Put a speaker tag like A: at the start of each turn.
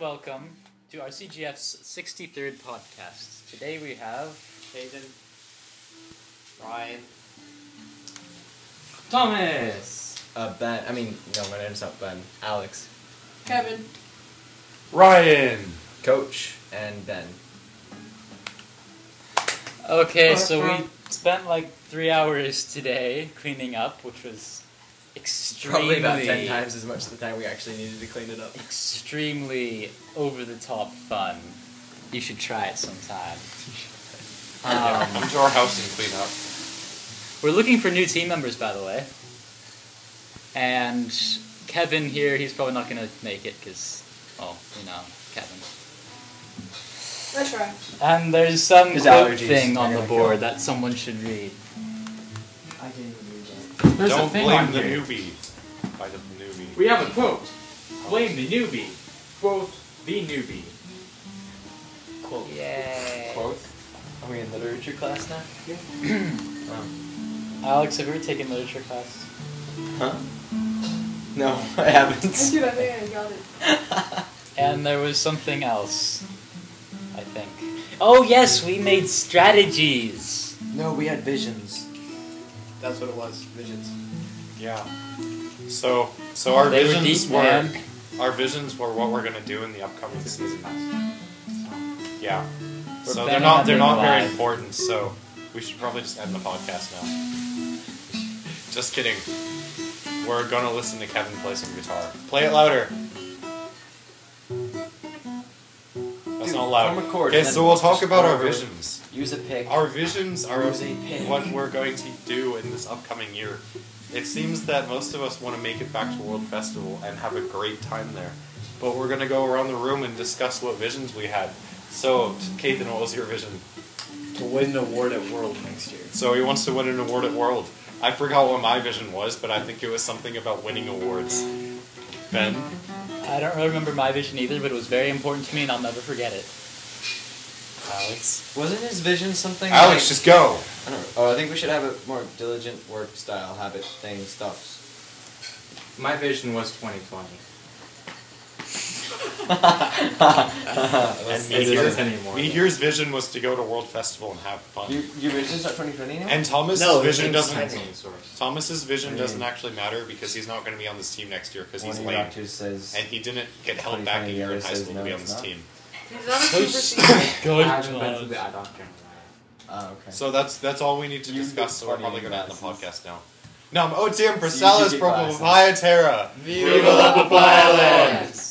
A: welcome to RCGF's 63rd podcast. Today we have
B: Hayden. Ryan.
C: Thomas! Uh, Ben. I mean, no, my name's not Ben. Alex.
D: Kevin.
E: Ryan.
C: Coach and Ben.
A: Okay, so we spent like 3 hours today cleaning up, which was
C: Probably
A: extremely
C: about 10 times as much as the time we actually needed to clean it up.
A: extremely over the top fun. You should try it sometime. Um,
E: Come to our house and clean up.
A: we're looking for new team members by the way. And Kevin here, he's probably not going to make it cuz oh, you know, Kevin.
D: That's right.
A: And there's some
C: His
A: quote
C: allergies
A: thing on
C: are
A: the
C: gonna
A: board
C: kill him.
A: that someone should read.
C: I can't even do
E: There's
B: a
E: Don't
B: thing
E: blame
B: on
E: the
B: here.
E: newbie. By the newbie.
B: We have a quote. Blame the newbie. Quote the newbie.
C: Quote.
A: Yay.
C: Quote? Are we in literature class now? um,
A: Alex, have you ever taken literature class?
C: huh? No, I
D: I
C: haven't.
D: do. I think I got it.
A: And there was something else, I think. Oh yes, we made strategies.
C: no, we had visions.
B: That's what it was. Visions.
E: Yeah. So, so our
A: They were
E: visions
A: deep,
E: were,
A: man.
E: our visions were what we're gonna do in the upcoming season. Yeah.
A: We're
E: so
A: better
E: they're not
A: at
E: they're
A: being
E: not very
A: alive.
E: important. So we should probably just end the podcast now. just kidding. We're gonna listen to Kevin play some guitar. Play it louder. That's
C: Dude,
E: not loud.
C: form a chord
E: okay,
C: and
E: so
C: then
E: we'll talk
C: just
E: about our
C: over it.
E: visions.
C: Use a pick.
E: Our visions are
C: Who's a pig?
E: what we're going to do in this upcoming year. It seems that most of us want to make it back to World Festival and have a great time there. But we're going to go around the room and discuss what visions we had. So, Kathan, what was your vision?
B: To win an award at World next year.
E: So, he wants to win an award at World. I forgot what my vision was, but I think it was something about winning awards. Ben?
A: I don't really remember my vision either, but it was very important to me, and I'll never forget it.
E: Alex?
C: Wasn't his vision something
E: Alex,
C: like-
E: just go!
C: I don't know. Oh, I think we should have a more diligent work style, habit, thing, stuffs.
B: My vision was 2020.
E: And
C: That's-
B: it
E: Meteor's,
B: isn't anymore.
E: Meteor's vision was to go to World Festival and have fun.
C: Your, your vision's not 2020 now?
E: And Thomas' vision doesn't.
B: source.
E: Thomas's vision
C: Mm.
E: doesn't actually matter because he's not going to be on this team next year because
C: One
E: he's
C: of your
E: lame,
C: doctors says.
E: and he didn't get held back a
C: 2020
E: year in
C: year
E: high
C: says
E: school to
C: no,
E: be on
C: it's
E: this
C: not.
E: team.
D: He's not a
A: Coach-
D: super senior.
A: Good
B: I haven't been to the eye doctor. in
C: Oh, okay.
E: So that's that's all we need to
C: You
E: discuss. So we're
C: funny
E: probably going to end the
C: glasses.
E: podcast now. No, oh damn,
C: So you
E: Priscilla's
C: get
E: from
C: glasses.
E: Papaya Terra.
B: a while.
D: Viva la papaya land.